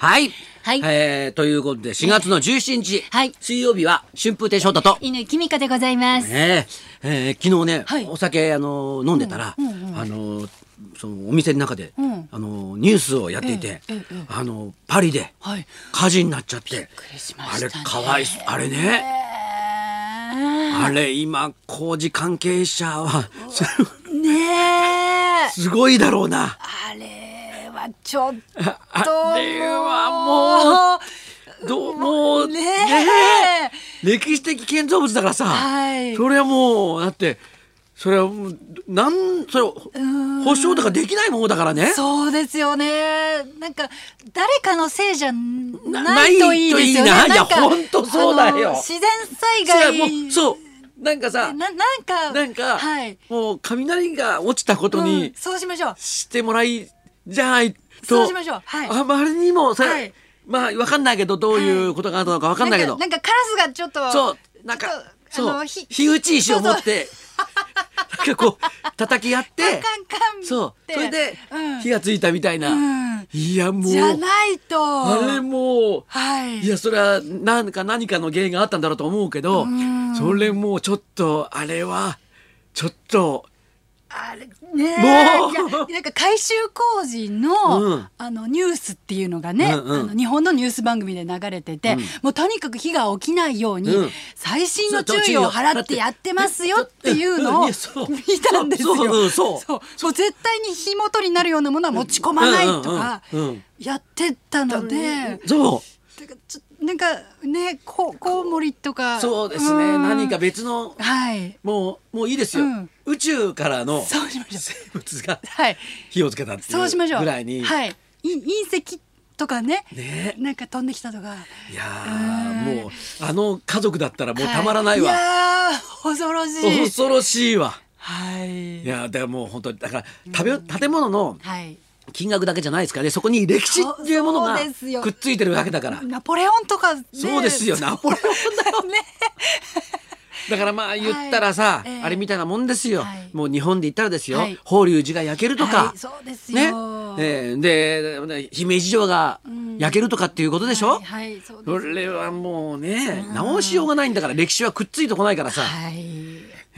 はい、はいえーということで4月の17日、はい水曜日は春風亭昇太と、犬きみかでございます。ねええー昨日ね、はいお酒、あのー飲んでたら、あのーそのお店の中で、あのーニュースをやっていて、ええええあのーパリではい火事になっちゃって、くりしまあしたれねかわいそうあれね、ねあれ今工事関係者はえ、すごいだろうな。あれはちょっともう。あれはもうどうもうねねええ歴史的建造物だからさ、はいそれはもうだってそれはもうなんそれ保証とかできないものだからねそうですよね。なんか誰かのせいじゃななないといいですよね。ないといいないんかいやほんとそうだよあの自然災それは害もうそうなんかさななんかなんか、はい。もう雷が落ちたことうんにそうしましょう。してもらいじゃないと、そうしましょうはいあまりにもそれ、はいまあわかんないけどどういうことがあったのかわかんないけど、なんかなんかカラスがちょっとそう、なんちょかっと、あそのう、ひ火打ち石を持って、なんかこう、叩き合 って、カンカンカンってそう、それでうん、火がついたみたいなん。いや、もうじ、ゃないとあれもう、はいいや、それは、なんか何かの原因があったんだろうと思うけど、それもうちょっと、あれは、ちょっと、あれねえもういやなんか改修工事の,、うんあのニュースっていうのがね、うんうんあの日本のニュース番組で流れてて、もうとにかく火が起きないように、うん細心の注意を払ってやってますよっていうのをうん見そうたんですよ。そううんそうもう絶対に火元になるようなものは持ち込まないとかうんうんうんうんやってたので、そう。だからちょなんかねこコウモリとかそうですね。ん何か別の、はいもう、もういいですようん。宇宙からのそうしましょう生物がはい。火をつけたっていそうしましょうう。ぐらいに、はい。い隕石とかね。ねなんか飛んできたとか。いやうーんもうあの家族だったらもうはいたまらないわ、いやー恐ろしい。恐ろしいわはい。いやーだからもう本当にだから食べ建物のはい。金額だけじゃないですからねそこに歴史っていうものがそうそうですよくっついてるわけだからナポレオンとか、ね。そうですよナポレオンだ よね。だからまあ言ったらさ、はいええあれみたいなもんですよ、はいもう日本で言ったらですよ、はい法隆寺が焼けるとか、はいそうですねよ。えーでね姫路城が焼けるとかっていうことでしょ、はいはい。そうですそれはもうね直しようがないんだから歴史はくっついてこないからさ、はい。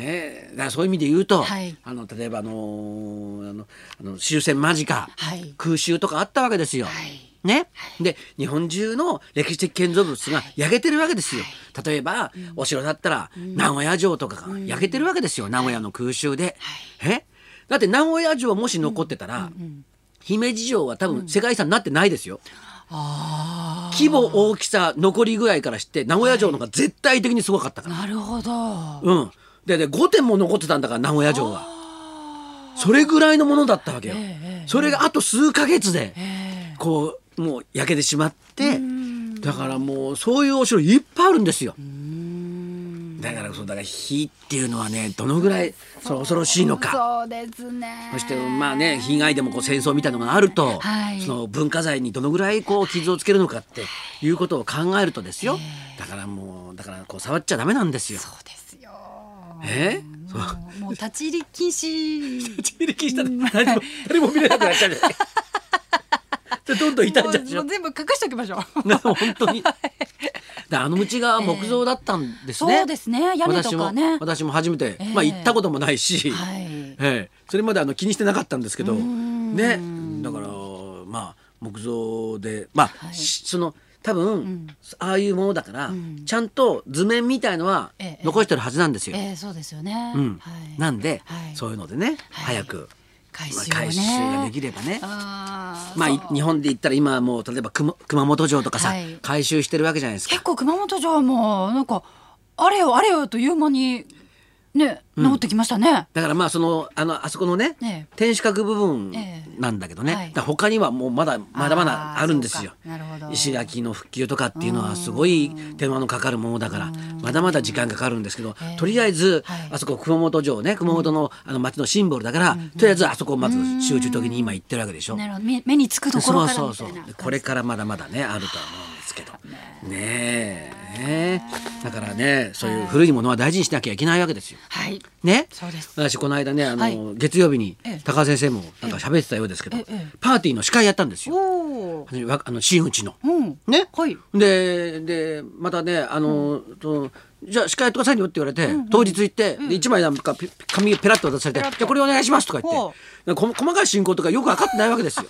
ええだからそういう意味で言うと、はいあの例えばあのーあのあの終戦間近、はい空襲とかあったわけですよ。はいね、で日本中の歴史的建造物が焼けてるわけですよ。例えば、お城だったら、名古屋城とかが焼けてるわけですよ、名古屋の空襲で。えだって名古屋城もし残ってたら、姫路城は多分世界遺産になってないですよ。あ規模大きさ残り具合からして名古屋城の方が絶対的にすごかったからあ。。なるほど。うん、でで5点も残ってたんだから名古屋城はそれぐらいのものだったわけよ、それがあと数ヶ月でこうもう焼けてしまってだからもうそういうお城いっぱいあるんですよだからそうだから火っていうのはねどのぐらいその恐ろしいのかそうですね。そしてまあね被害でもこう戦争みたいなのがあると、はいその文化財にどのぐらいこう傷をつけるのかっていうことを考えるとですよだからもうだからこう触っちゃダメなんですよ。そうですよ。えそうもうもう立ち入り禁止。立ち入り禁止したら誰も誰も見れなくなっちゃうじ ゃないでどんどん傷んじゃうでしもうもょう全部隠しておきましょう。な本当にであの道が木造だったんですね、そうですね屋根とか私もね私も初めて、ええまあ行ったこともないし、はいええそれまであの気にしてなかったんですけどねだからまあ木造でまあ、しその多分、ああいうものだから、ちゃんと図面みたいのはええ残してるはずなんですよ、ええそうですよね。うんはい。なんで、はいそういうのでね、はい早く回まあ収をね。回収ができればね。あーまあ、いそう日本で言ったら今はもう例えば熊熊本城とかさ、はい改修してるわけじゃないです結か。構熊本城もなんかあれよあれよという間にね治ってきましたね。だからまあそのあのあそこのね、ええ天守閣部分ええなんだけどね、はいだから他にはもうまだまだまだあるんですよそうかなるほど。石垣の復旧とかっていうのはすごい手間のかかるものだからまだまだ時間かかるんですけど、ええとりあえず、はいあそこ熊本城ね熊本のあの町のシンボルだから、とりあえずあそこをまず集中的に今行ってるわけでしょ。なるほど目目につくところからみたいな。これからまだまだねあるとは思うんですけどねえねだからねそういう古いものは大事にしなきゃいけないわけですよ。はい。ねそうです私この間ねあの、はい月曜日にええ高橋先生もなんか喋ってたようですけど、ええパーティーの司会やったんですよ。おお。私わあの真打ちの、うん。ね、はいででまたねあの、そのじゃあ司会やってくださいよって言われて、当日行って、で一枚なんかピ紙ペラッと渡されて「ペじラゃッとあこれお願いします」とか言っほてなんかこ細かい進行とかよく分かってないわけです よ。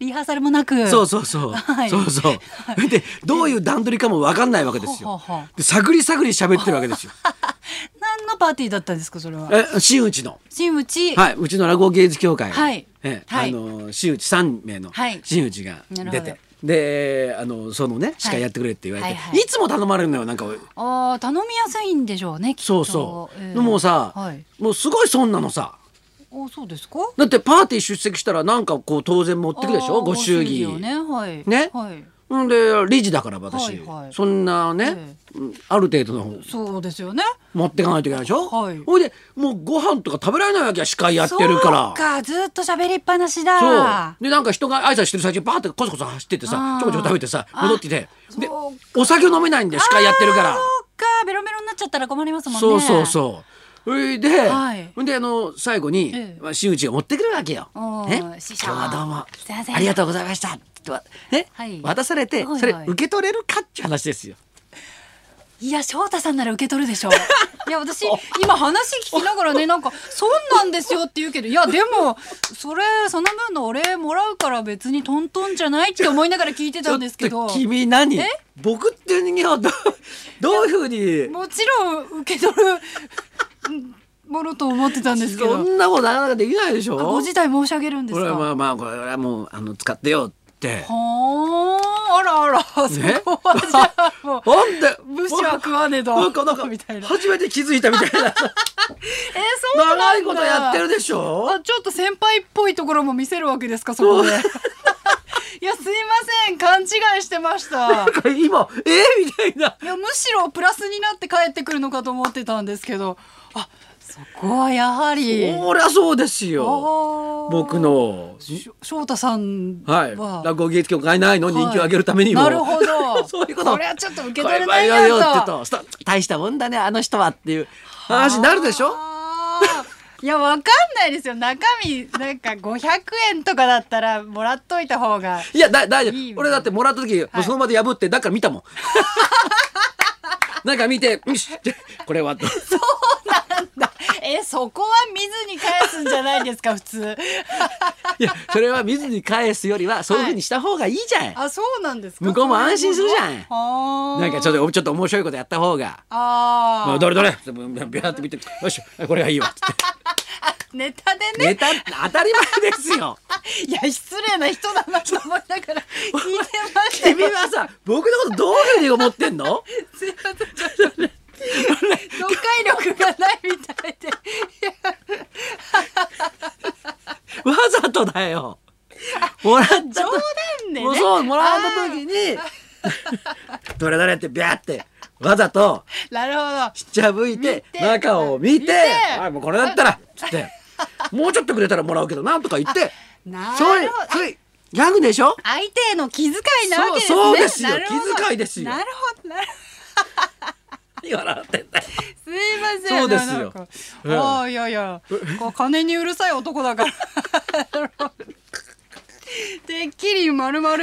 リハーサルもなく。そうそうそう、 はいそうそう、でどういう段取りかも分かんないわけですほうよほうほう。で探り探り喋ってるわけですよ。何のパーティーだったんですかそれは。え真打ちの新内。はい、うちの落語芸術協会、はいええはいあの真打ち3名のはい真打ちがなる出ほどて、であのそのね司会やってくれって言われて、はいいはいつも頼まれるのよなんかああ頼みやすいんでしょうねきっと。そうそう、ええでもさ、はい。もうすごいそんなのさおそうですか。だってパーティー出席したらなんかこう当然持ってくでしあょーご祝儀。をねはい。ねはい。んで理事だから私、はいはいそんなね、えうんある程度のそうですよね。持ってかないといけないでしょ、はいほいでもうご飯とか食べられないわけや司会やってるからそうかずっと喋りっぱなしそうだ。でなんか人が挨拶してる最中バーってコソコソ走ってってさあーちょこちょこ食べてさ戻ってきてあでそうお酒飲めないんで司会やってるからあーそうかベロベロになっちゃったら困りますもんね。そうそうそうそれで、はいほんであの最後にええまあ真打ちが持ってくるわけよ。おーね、師今日匠はどうもすいませんありがとうございましたとはね、はい渡されてはいそれはい受け取れるかっていう話ですよ。いや翔太さんなら受け取るでし ょう。いや私今話聞きながらねなんか「そうなんですよ」って言うけどいやでもそれその分のお礼もらうから別にトントンじゃないって思いながら聞いてたんですけちょどっと君何え僕っていう人間はどうどういうふうにもちろん受け取るうんものと思ってたんですけそどんなことなかなかできないでしょ。ご辞退申し上げるんですこれはまかあまあこれはもうあの使ってよって。はああらあらそこはじゃあも うなんで武士は食わねえだなんかなんかみたいな初めて気づいたみた いなえそうなんだ長いことやってるでしょあちょっと先輩っぽいところも見せるわけですかそこで。いそや すいません勘違いしてました。なんか今えー、みたいないやむしろプラスになって帰ってくるのかと思ってたんですけどあそこはやはりそりゃそうですよ僕僕の翔太さんは、はい落語芸術協会ないの人気を上げるためにも、なるほ どそういうことこれはちょっと受け取れないなこれはよってととスタ大したもんだねあの人はっていう話になるでしょあーいやわかんないですよ中身なんか500円とかだったらもらっといた方がいやだ大丈いいよ夫俺だってもらった時、もうその場で破ってだから見た もんなんか見てよしこれはと えそこは見ずに返すんじゃないですか普通いやそれは見ずに返すよりはそういうふうにした方がいいじゃん、いあそうなんですか向こうも安心するじゃんんなんかちょっととちょっと面白いことやった方が。あまーあ、どれどれ、ビャーって見て、よし、これがいいよ。つってネタでねネタ、当たり前です よ。いや失礼な人だな と思いながら聞いてましたよ君はさ、僕のことどういうふうに思ってんの。すいませんちょっとね読解力がないみたいでわざとだよ。もらっちゃ冗っ談た。でもうねそう、もらった時に。 どれどれって、ビャーって、わざと、なるほどしちゃぶいて、見て中を見見て。てはい、もうこれだったら、つって。もうちょっとくれたらもらうけどなとか言って。なるほどそういう、そういう、ギャグでしょ相手への気遣いなわけですねそうそうですよなるほど気遣いですよなるほどなるほど何 笑ってんだよ。すいませんそうですよなんかうんああいやいやこう金にうるさい男だから てっきり丸々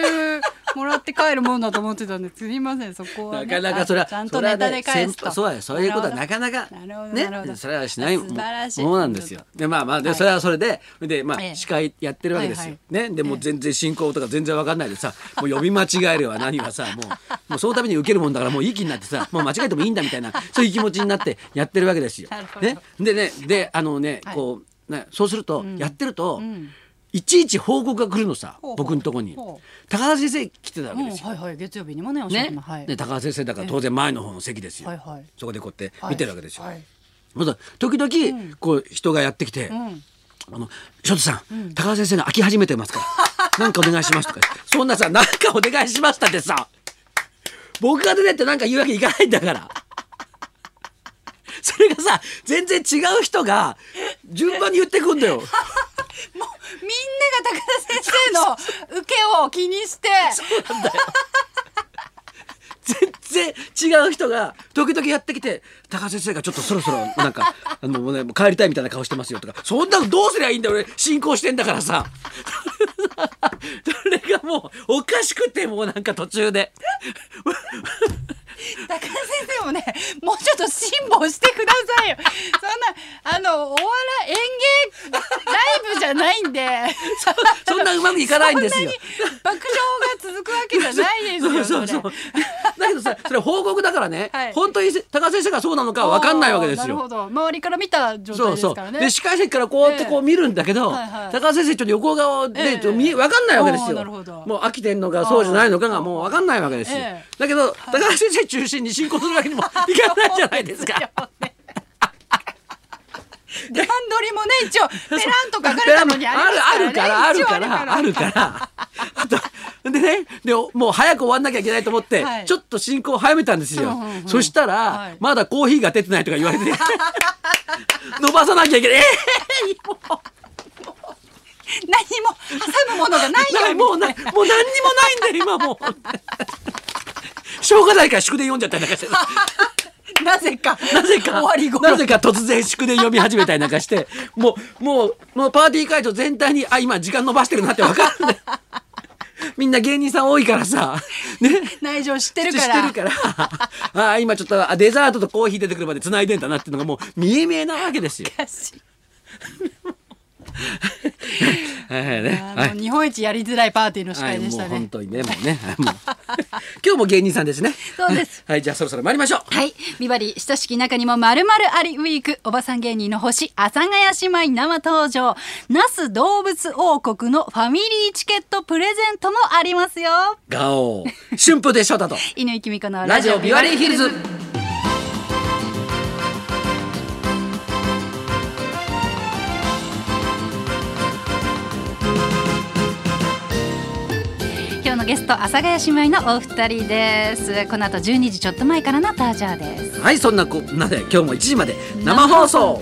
もらって帰るもんだと思ってたんですすいませんそこはなね、かなかそれは、あちゃんそとれはネタねで返すと先そうやそういうことはななるほかなかなるほどなるほねどそれはしないも素晴らしいものなんですよ。でまあまあではいそれはそれででまえあえ司会やってるわけですはいよは。ねでもう全然進行とか全然わかんないでさもう呼び間違えるわ何はさもうもうそのために受けるもんだからもういい気になってさもう間違えてもいいんだみたいなそういう気持ちになってやってるわけですよ なる。ほどねでねであのねはいこうねそうするとやってるとんいちいち報告が来るのさほうほう僕のとこにほ高田先生来てたわうけんですよ。はいはい月曜日にもねおっしゃってねま、はいで高橋先生だから当然前の方の席ですよ、はいはいそこでこうやって見てるわけですよ、はいまだ時々こう人がやってきて「んあの翔太さん、高橋先生が飽き始めてますから なんかお願いします」とかそんなさ「なんかお願いしました」ってさ僕が出てってなんか言うわけいかないんだから。それがさ全然違う人が順番に言ってくんだよ。もうみんなが 高田先生の受けを気にしてそうなんだよ。全然違う人が時々やってきて「高橋先生がちょっとそろそろなんか あの、もうね、もう帰りたいみたいな顔してますよ」とか「そんなのどうすりゃいいんだよ俺進行してんだからさ」 それがもうおかしくてもうなんか途中で。高田先生もねもうちょっと辛抱してくださいよそんなあのお笑い演芸ライブじゃないんでそんなうまくいかないんですよ。爆笑が続くわけじゃないですよそうそうそうれ。 だけどさ、それ報告だからね、はい本当に高橋先生がそうなのかわかんないわけですなるほよ。ど周りから見た状態そうでそすうから。ねで司会席からこうやってこう見るんだけど、ええはいはい高橋先生ちょっと横顔えでえちょっと見えわかんないわけですああなよ。るほどもう飽きてんのかそうじゃないのかがもうわかんないわけですよ。ええだけど高橋先生中心に進行するわ けにもいかないじゃないですか。段取りもね一応ペランと書かれペラたンのにありますからねある一応からあるからあるからあとでねでもう早く終わんなきゃいけないと思って、はいちょっと進行を早めたんですよ、うんうんうんそしたら、はいまだコーヒーが出てないとか言われ て伸ばさなきゃいけないえ何も挟むものがないよー、もうなもう何にもないんだよ今もうしょうが ないから祝電読んじゃったりなんかして なぜかなぜか終わり頃なぜか突然祝電読み始めたりなんかしてもうもうもうパーティー会場全体にあ今時間伸ばしてるなって分かるんだよ みんな芸人さん多いからさ ね内情知って知るっかてらるから あー今ちょっとあデザートとコーヒー出てくるまで繋いでんだなっていうのがもう見え見えなわけです よ。はいはいねあはーもうい日本一やりづらいパーティーの司はい会でもしうた本ね。当にねもうねはいもう 今日も芸人さんですね。そうです。はいじゃあそろそろ参りましょう。はい。ビバリー、親しき中にもまるまるありウィーク、おばさん芸人の星、阿佐ヶ谷姉妹生登場、那須動物王国のファミリーチケットプレゼントもありますよ。ガオー春風でしょだと犬井美子のラジオビバリーヒルズ。今日のゲスト、阿佐ヶ谷姉妹のお二人です。この後12時ちょっと前からの登場です。はいそんなこんなで今日も1時まで生放送